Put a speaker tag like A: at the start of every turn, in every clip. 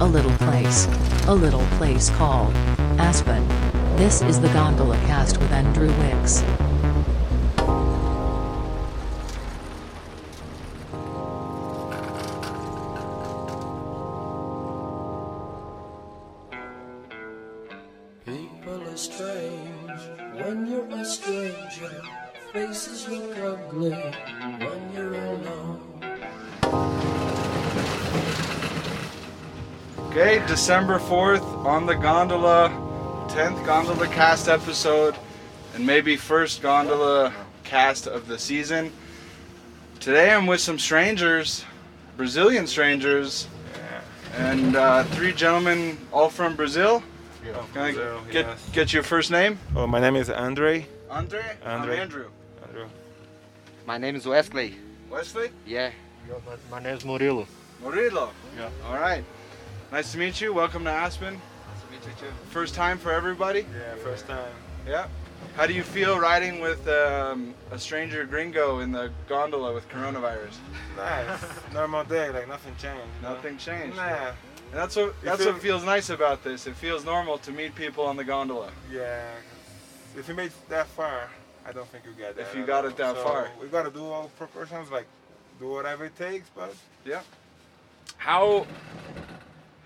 A: a little place, a little place called Aspen. This is the Gondola Cast with Andrew Wicks.
B: People are strange when you're a stranger. Faces look ugly when you're alone.
C: Okay, December 4th on the gondola, 10th gondola cast episode, and maybe first gondola cast of the season. Today I'm with some strangers, Brazilian strangers, and uh, three gentlemen, all from Brazil. Can I get, get your first name?
D: Oh, my name is Andre.
C: Andre?
D: Andre.
C: I'm Andrew.
D: Andrew.
E: My name is Wesley.
C: Wesley?
E: Yeah.
F: My name's Murilo.
C: Murilo. Yeah. All right. Nice to meet you. Welcome to Aspen. First time for everybody?
D: Yeah, first time.
C: Yeah. How do you feel riding with um, a stranger gringo in the gondola with coronavirus?
D: Nice. Normal day, like nothing changed. you know?
C: Nothing changed.
D: Nah.
C: And that's what that's
D: feel-
C: what feels nice about this. It feels normal to meet people on the gondola.
D: Yeah. 'cause If you made it that far, I don't think you got that.
C: If you
D: at
C: got
D: all.
C: it that
D: So,
C: far.
D: We gotta do all proportions, like do whatever it takes, but
C: Yeah. How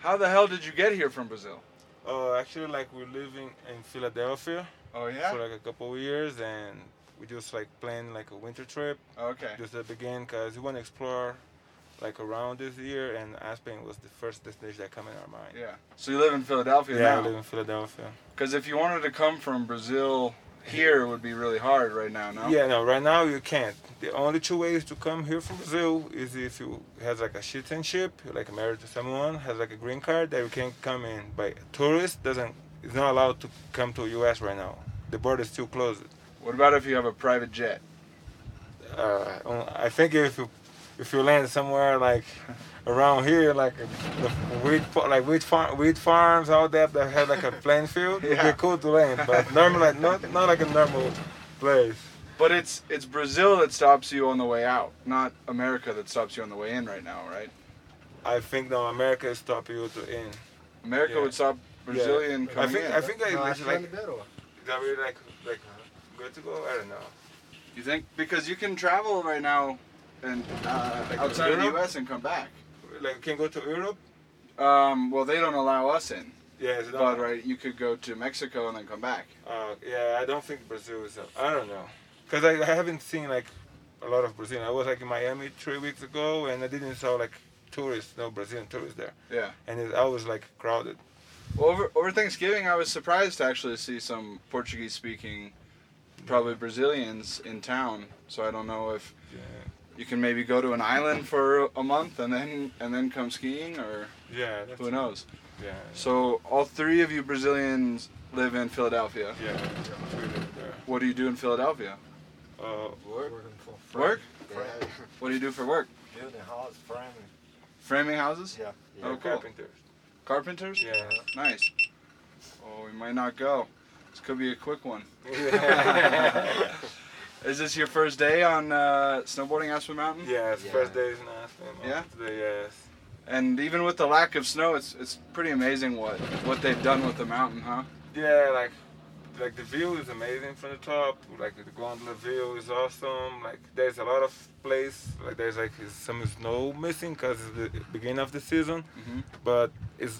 C: how the hell did you get here from Brazil?
D: uh, actually, like we're living in Philadelphia
C: Oh
D: for like a couple of years, and we just like plan like a winter trip
C: Okay.
D: just to begin, cause we wanna explore like around this year, and Aspen was the first destination that come in our mind.
C: Yeah. So you live in Philadelphia
D: Yeah, I live
C: now.
D: in Philadelphia.
C: Because if you wanted to come from Brazil here, it would be really hard right now. No.
D: Yeah, no. Right now you can't. The only two ways to come here from Brazil is if you has like a citizenship, like married to someone, has like a green card that you can come in. But tourist doesn't is not allowed to come to U.S. right now. The border is still closed.
C: What about if you have a private jet?
D: Uh, I think if you if you land somewhere like around here, like uh, the wheat fa- like wheat farm wheat farms all that that have like a playing field,
C: Yeah.
D: it'd be cool to land. But normal like not not like a normal place.
C: But it's it's Brazil that stops you on the way out, not America that stops you on the way in right now, right?
D: I think now America is stopping you to in.
C: America
D: Yeah.
C: would stop Brazilian
D: I
C: coming
D: think
C: in.
D: I think like, it's like
F: liberal.
D: that we like like good to go. I don't know.
C: you think because you can travel right now and uh,
D: Like
C: outside of the
D: Europe?
C: U.S. and come back.
D: Like can go to Europe.
C: Um, well, they don't allow us in,
D: Yeah, it's
C: but
D: not,
C: right, you could go to Mexico and then come back.
D: uh, yeah. I don't think Brazil is. I I don't know, cause I, I haven't seen like a lot of Brazil. I was like in Miami three weeks ago, and I didn't saw like tourists, no Brazilian tourists there,
C: Yeah.
D: and it's always like crowded.
C: Well, over over Thanksgiving, I was surprised to actually see some Portuguese speaking, probably Brazilians in town. So I don't know if
D: Yeah,
C: you can maybe go to an island for a month and then and then come skiing or
D: yeah. That's,
C: who knows.
D: Yeah,
C: So all three of you Brazilians live in Philadelphia.
D: yeah. we live there.
C: What do you do in Philadelphia?
D: Uh,
C: Work?
F: Framing.
C: What do you do for work?
F: Building house, framing.
C: Framing houses?
F: Yeah.
D: yeah,
C: Oh, cool.
D: carpenters.
C: Carpenters?
D: Yeah.
C: Nice. Oh, we might not go. This could be a quick one.
D: yeah,
C: Is this your first day on uh, snowboarding Aspen Mountain?
D: it's
E: Yeah.
D: first days in Aspen.
C: Yeah?
D: Today, yes.
C: And even with the lack of snow, it's it's pretty amazing what what they've done with the mountain, huh?
D: Yeah, like like the view is amazing from the top. Like the gondola view is awesome. Like there's a lot of place. Like there's like some snow missing because it's the beginning of the season,
C: Mhm.
D: but it's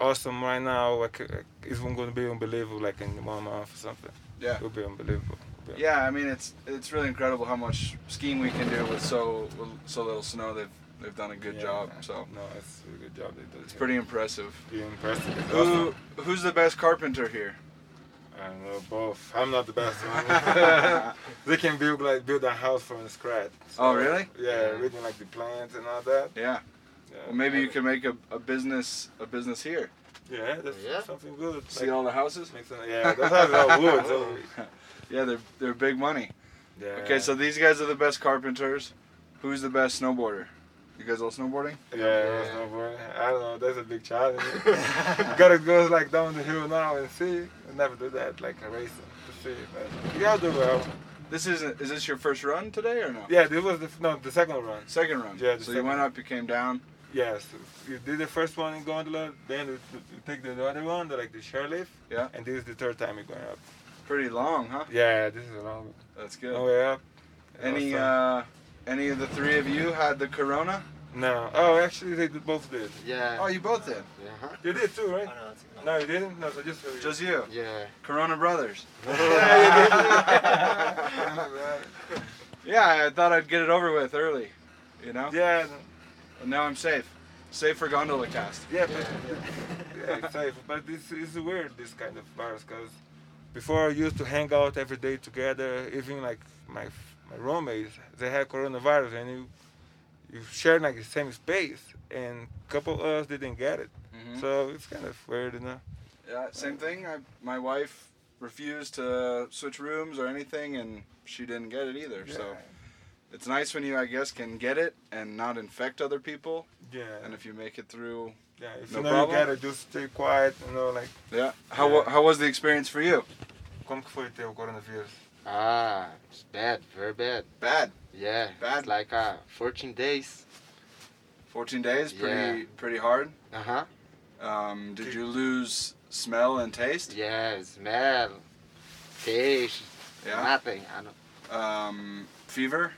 D: awesome right now. Like uh, it's gonna be unbelievable. Like in one month or something,
C: Yeah.
D: it'll be unbelievable. It'll be-
C: Yeah, I mean it's it's really incredible how much skiing we can do with so so little snow. They've they've done a good
D: Yeah,
C: job.
D: man.
C: So
D: no, it's a good job. They did
C: it's pretty impressive.
D: impressive. It's
C: Who
D: awesome.
C: who's the best carpenter here?
D: I don't know both. I'm not the best one. they can build like build a house from scratch.
C: Oh, really?
D: Yeah, reading like the plans and all that.
C: Yeah.
D: Yeah,
C: Well, maybe you
D: I-
C: can make a, a business a business here.
D: Yeah, that's
E: Yeah.
D: something good.
C: See
D: Like,
C: all the houses?
D: make some, yeah, that's how it's all wood. So,
C: Yeah, they're they're big money.
D: yeah.
C: Okay, so these guys are the best carpenters. Who's the best snowboarder? You guys all snowboarding?
D: yeah, that's no problem. I don't know. That's a big challenge. Gotta go like down the hill now and see. I never do that like a race to see. But you gotta do well.
C: This isn't is this your first run today or no?
D: Yeah, this was the f- no the second run.
C: Second run.
D: Yeah, the
C: so you
D: second
C: went
D: run.
C: up, you came down.
D: Yes, you did the first one in gondola, then you you take the other one, the, like the chairlift.
C: Yeah.
D: And this is the third time you're going up.
C: Pretty long, huh?
D: Yeah, Oh, this is a long,
C: That's
D: long
C: good.
D: way up.
C: Any
D: Also-
C: uh, any of the three of you had the corona?
D: No. Oh, actually, they did- both did.
E: Yeah.
C: Oh, you both did.
E: yeah. huh?
D: You did too, right?
F: I know, it's-
D: No, you didn't. No, so just
C: Just you,
E: Yeah.
C: Corona brothers. Yeah, I thought I'd get it over with early. You know.
D: yeah,
C: And now I'm safe. Safe for gondola cast.
D: yeah, but, yeah, it's safe. But it's, it's weird this kind of virus because before I used to hang out every day together. Even like my my roommates, they had coronavirus, and you you share like the same space, and couple of us didn't get it.
C: Mhm.
D: So it's kind of weird, you know.
C: Yeah, same thing. I, my wife refused to switch rooms or anything, and she didn't get it either. So it's nice when you, I guess, can get it and not infect other people.
D: Yeah,
C: And if you make it through,
D: yeah. If
C: no
D: you know
C: problem.
D: you gotta just stay quiet, you know, like
C: yeah. How wa- how was the experience for you?
D: como que foi teu coronavírus?
E: Ah, it's bad, very bad.
C: Bad.
E: Yeah.
C: Bad.
E: It's like uh, 14 days.
C: 14 days, pretty pretty hard.
E: Uh huh.
C: Um, did you lose smell and taste?
E: Yeah, smell, taste,
C: Yeah.
E: nothing. I don't,
C: Um, fever,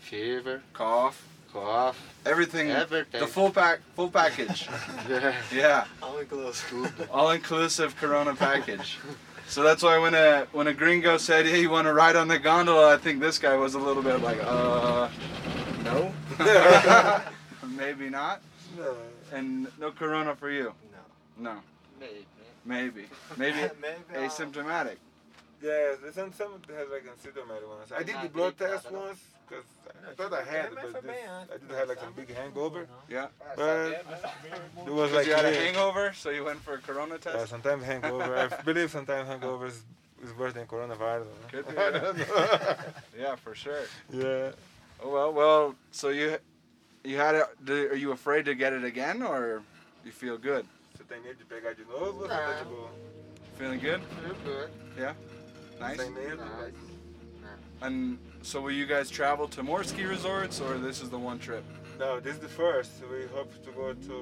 E: fever,
C: cough,
E: cough.
C: everything.
E: Everything.
C: The full pack, full package.
E: Yeah.
C: yeah.
F: I'll include stupid.
C: all inclusive Corona package. So that's why when a when a gringo said, "Hey, you want to ride on the gondola?" I think this guy was a little bit like, "Uh, no, maybe not."
D: No.
C: And no Corona for you?
F: No.
C: No,
E: Maybe.
C: maybe, maybe uh-huh.
F: Maybe I'll-
C: asymptomatic.
D: Yeah, there's some some that has like asymptomatic ones. I did
E: Nah,
D: the blood
E: they- nah,
D: test
E: they don't.
D: once because I thought I had it, but this, I did have like some big hangover.
C: Yeah,
D: But it was
C: 'Cause
D: like
C: you had a
D: yeah.
C: hangover, so you went for a Corona
D: Yeah,
C: test.
D: sometimes hangover. I believe sometimes hangover is, is worse than coronavirus. huh?
C: Could
E: Uh,
C: be,
E: um,
C: yeah. yeah, for sure.
D: Yeah.
C: Oh well, well. So you you had it. do- Are you afraid to get it again, or you feel good?
D: Você tem medo de pegar de novo? Você tá de boa?
C: Feeling good?
E: Feel good.
C: Nice.
D: Tem medo?
E: Nice.
C: And so will you guys travel to more ski resorts or this is the one trip?
D: No, this is the first. We hope to go to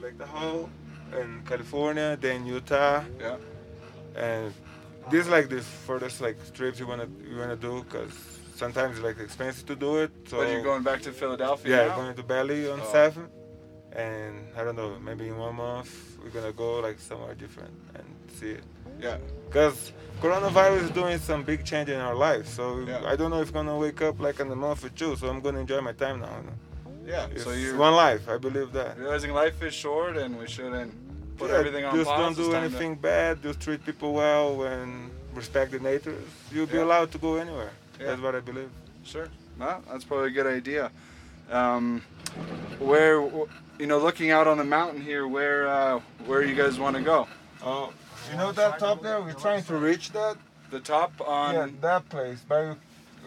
D: Lake Tahoe and California, then Utah.
C: Yeah.
D: and this is like the furthest like trips you wanna you wanna do because sometimes it's like expensive to do it. So
C: but you're going back to Philadelphia
D: yeah,
C: now?
D: going to Bali on
C: Oh.
D: seven, and I don't know maybe in one month we're gonna go like somewhere different and see it
C: Yeah.
D: because coronavirus is doing some big change in our life. So
C: Yeah.
D: I don't know if gonna wake up like in a month or two. So I'm gonna enjoy my time now. you know.
C: Yeah.
D: It's
C: so you're
D: one life. I believe that.
C: realizing life is short and we shouldn't put
D: Yeah,
C: everything on
D: just
C: pause.
D: don't
C: It's
D: do
C: time to-
D: anything bad just treat people well and respect the nature you'll be
C: Yeah.
D: allowed to go anywhere
C: Yeah.
D: that's what i believe
C: Sure. Well, that's probably a good idea. Um, where, you know, looking out on the mountain here, where uh, where you guys want to go?
D: oh you know that top there we're trying to reach that
C: The top on.
D: yeah that place but we,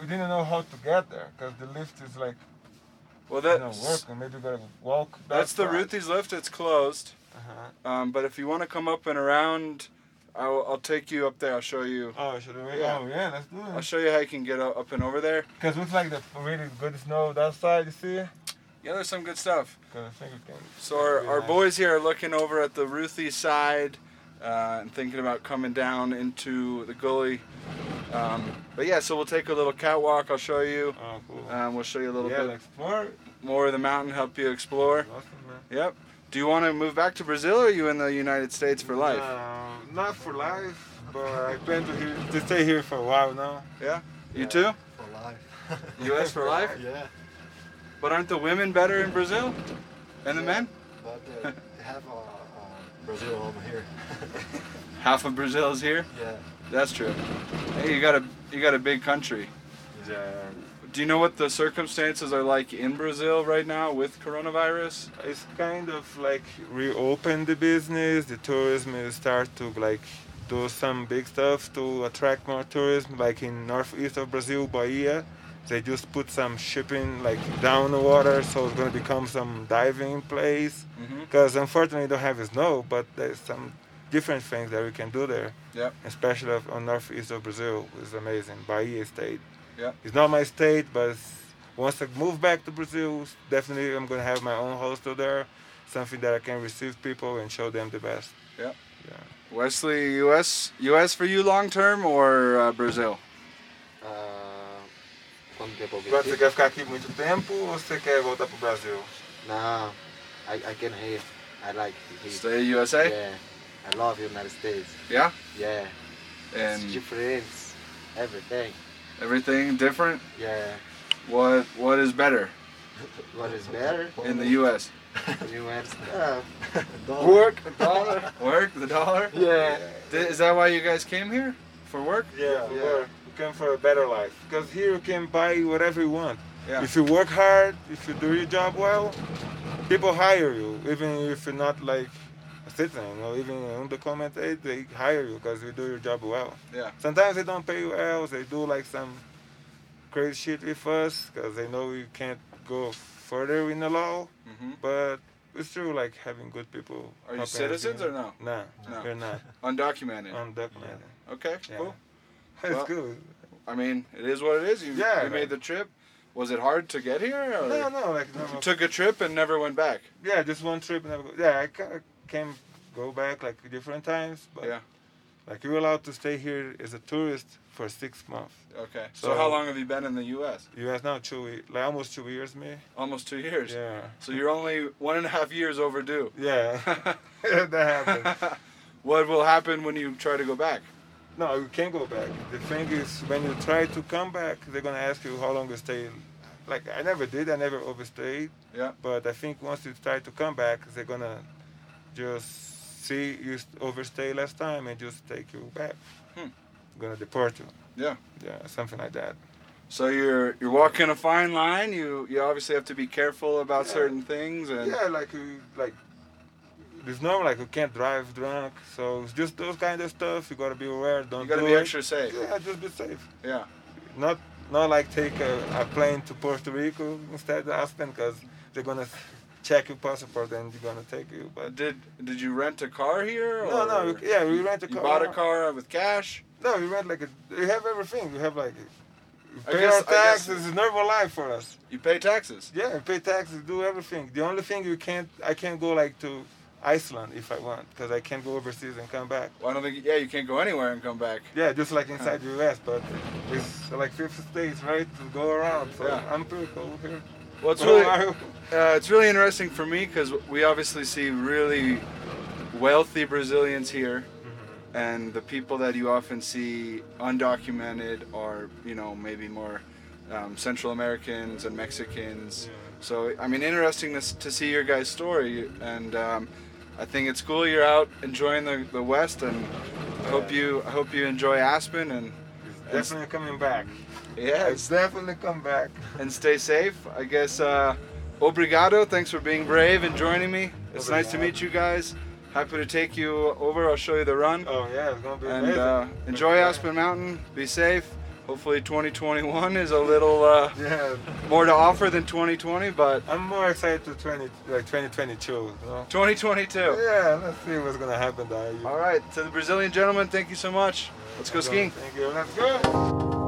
D: we didn't know how to get there because the lift is like
C: Well,
D: you
C: that's,
D: know working maybe we gotta walk that
C: that's the
D: far.
C: Ruthie's Lift. It's closed.
D: uh-huh.
C: Um, but if you want to come up and around, I'll, I'll take you up there. I'll show you.
D: oh should we
C: Yeah.
D: oh yeah let's do
C: I'll
D: it
C: show you how you can get o- up and over there.
D: because looks like the really good snow that side you see
C: Yeah, there's some good stuff.
D: because i think we can
C: So our,
D: Really
C: our
D: nice.
C: boys here are looking over at the Ruthie side uh, and thinking about coming down into the gully. Um, but yeah, so we'll take a little catwalk. I'll show you.
D: oh cool
C: Um, we'll show you a little
D: yeah
C: bit
D: like explore
C: more of the mountain, help you explore.
D: awesome man
C: Yep. Do you want to move back to Brazil or are you in the United States for life?
D: No, Uh, not for life, but I plan to, here, to stay here for a while now.
C: You
D: yeah.
C: too?
F: For life.
C: US for life?
F: Yeah.
C: But aren't the women better in Brazil? And the men?
F: But uh, they have uh, uh, Brazil over here.
C: Half of Brazil is here.
F: Yeah.
C: That's true. Hey, you got a you got a big country.
D: Yeah.
C: Do you know what the circumstances are like in Brazil right now with coronavirus?
D: It's kind of like reopen the business, the tourism will start to like do some big stuff to attract more tourism, like in northeast of Brazil, Bahia. They just put some shipping like down the water, so it's gonna become some diving place.
C: Mhm.
D: Because unfortunately, don't have snow, but there's some different things that we can do there.
C: Yep.
D: especially of- on northeast of Brazil is amazing. Bahia state.
C: Yeah.
D: It's not my state, but it's Once I move back to Brazil, definitely I'm gonna have my own hostel there, something that I can receive people and show them the best.
C: Wesley, U.S. U.S. for you long term or uh, Brazil?
E: Ah, quanto tempo eu vim
D: Você
E: aqui?
D: quer ficar aqui muito tempo ou você quer voltar pro Brasil?
E: Não, I, I can here. I like here.
C: Stay USA.
E: Yeah, I love United States.
C: Yeah?
E: Yeah, it's
C: And
E: different, everything.
C: everything different.
E: Yeah,
C: What What is better
E: what is better?
C: in the U.S.
E: You went uh, work a dollar.
C: Work, the dollar.
E: Yeah.
C: Th- Is that why you guys came here for work?
D: Yeah, we
E: Yeah.
D: work. You come for a better life. Because here you can buy whatever you want.
C: Yeah.
D: If you work hard, if you do your job well, people hire you, even if you're not like a citizen, you know, even undocumented, they hire you because you do your job well.
C: Yeah.
D: Sometimes they don't pay you well, they do like some crazy shit with us because they know we can't go further in the law,
C: Mhm.
D: but it's still like having good people.
C: Are you
D: helping us,
C: citizens
D: know?
C: or no?
D: Nah,
C: No.
D: you're not.
C: Undocumented.
D: Undocumented.
C: okay.
D: Um, Yeah.
C: Cool.
D: It's
C: Well,
D: good.
C: I mean, it is what it is. You,
D: Yeah,
C: you made the
D: man.
C: trip. Was it hard to get here? Or
D: No, no, like no,
C: You
D: no.
C: took a trip and never went back.
D: yeah, just one trip. Never go. Yeah, I ca- came go back like different times, but
C: Yeah.
D: like you're allowed to stay here as a tourist for six months.
C: Okay. So,
D: So-
C: how long have you been in the U.S.?
D: You guys now two we- like almost two years, me.
C: Almost two years.
D: Yeah,
C: So you're only one and a half years overdue.
D: yeah, that happened.
C: what will happen when you try to go back?
D: No, you can't go back. The thing is, when you try to come back, they're gonna ask you how long you stay. Like I never did, I never overstayed.
C: Yeah.
D: But I think once you try to come back, they're gonna just see you s- overstay last time and just take you back.
C: Hmm.
D: Gonna deport you.
C: Yeah.
D: Yeah, something like that.
C: So you're you're walking a fine line. You you obviously have to be careful about
D: Yeah.
C: certain things and
D: Yeah, like you like. It's normal, like you can't drive drunk, so it's just those kind of stuff. You gotta be aware. Don't
C: you got to
D: do
C: be
D: it.
C: extra safe.
D: Yeah, just be safe.
C: Yeah.
D: Not not like take a, a plane to Puerto Rico instead of Aspen, because they're gonna check your passport and they're gonna take you. But
C: Uh, Did did you rent a car here?
D: no, no,
C: or
D: you- yeah, we rent a
C: You
D: car.
C: bought a car with cash.
D: No, we rent like a. We have everything. We have like. we
C: I
D: Pay
C: guess-
D: our
C: I guess-
D: taxes. It's normal life for us.
C: You pay taxes.
D: Yeah, we pay taxes, do everything. The only thing you can't, I can't go like to Iceland if I want, because I can't go overseas and come back.
C: Well, I don't think. Yeah, you can't go anywhere and come back.
D: Yeah, just like inside the U.S., but it's like 50 states, right, to go around. So
C: Yeah.
D: I'm pretty cool here.
C: Well, it's
D: Where
C: really
D: are you?
C: uh, it's really interesting for me because we obviously see really wealthy Brazilians here, and the people that you often see undocumented are you know maybe more um, Central Americans and Mexicans. So I mean, interesting to, s- to see your guys' story, and um, I think it's cool you're out enjoying the, the West, and I hope you I hope you enjoy Aspen and
D: It's definitely coming back.
C: yeah,
D: It's definitely come back.
C: and stay safe. I guess uh, obrigado. Thanks for being brave and joining me. It's nice to
D: Obrigado.
C: meet you guys. Happy to take you over. I'll show you the run.
D: Oh yeah, it's gonna be
C: and
D: amazing.
C: uh, enjoy
D: Yeah.
C: Aspen Mountain. Be safe. Hopefully 2021 is a little uh,
D: Yeah,
C: more to offer than 2020, but
D: I'm more excited to 20, like 2022. You know?
C: 2022.
D: Yeah, let's see what's gonna happen there.
C: All right, to the Brazilian gentlemen, thank you so much. Let's go skiing.
D: Thank you. Let's go.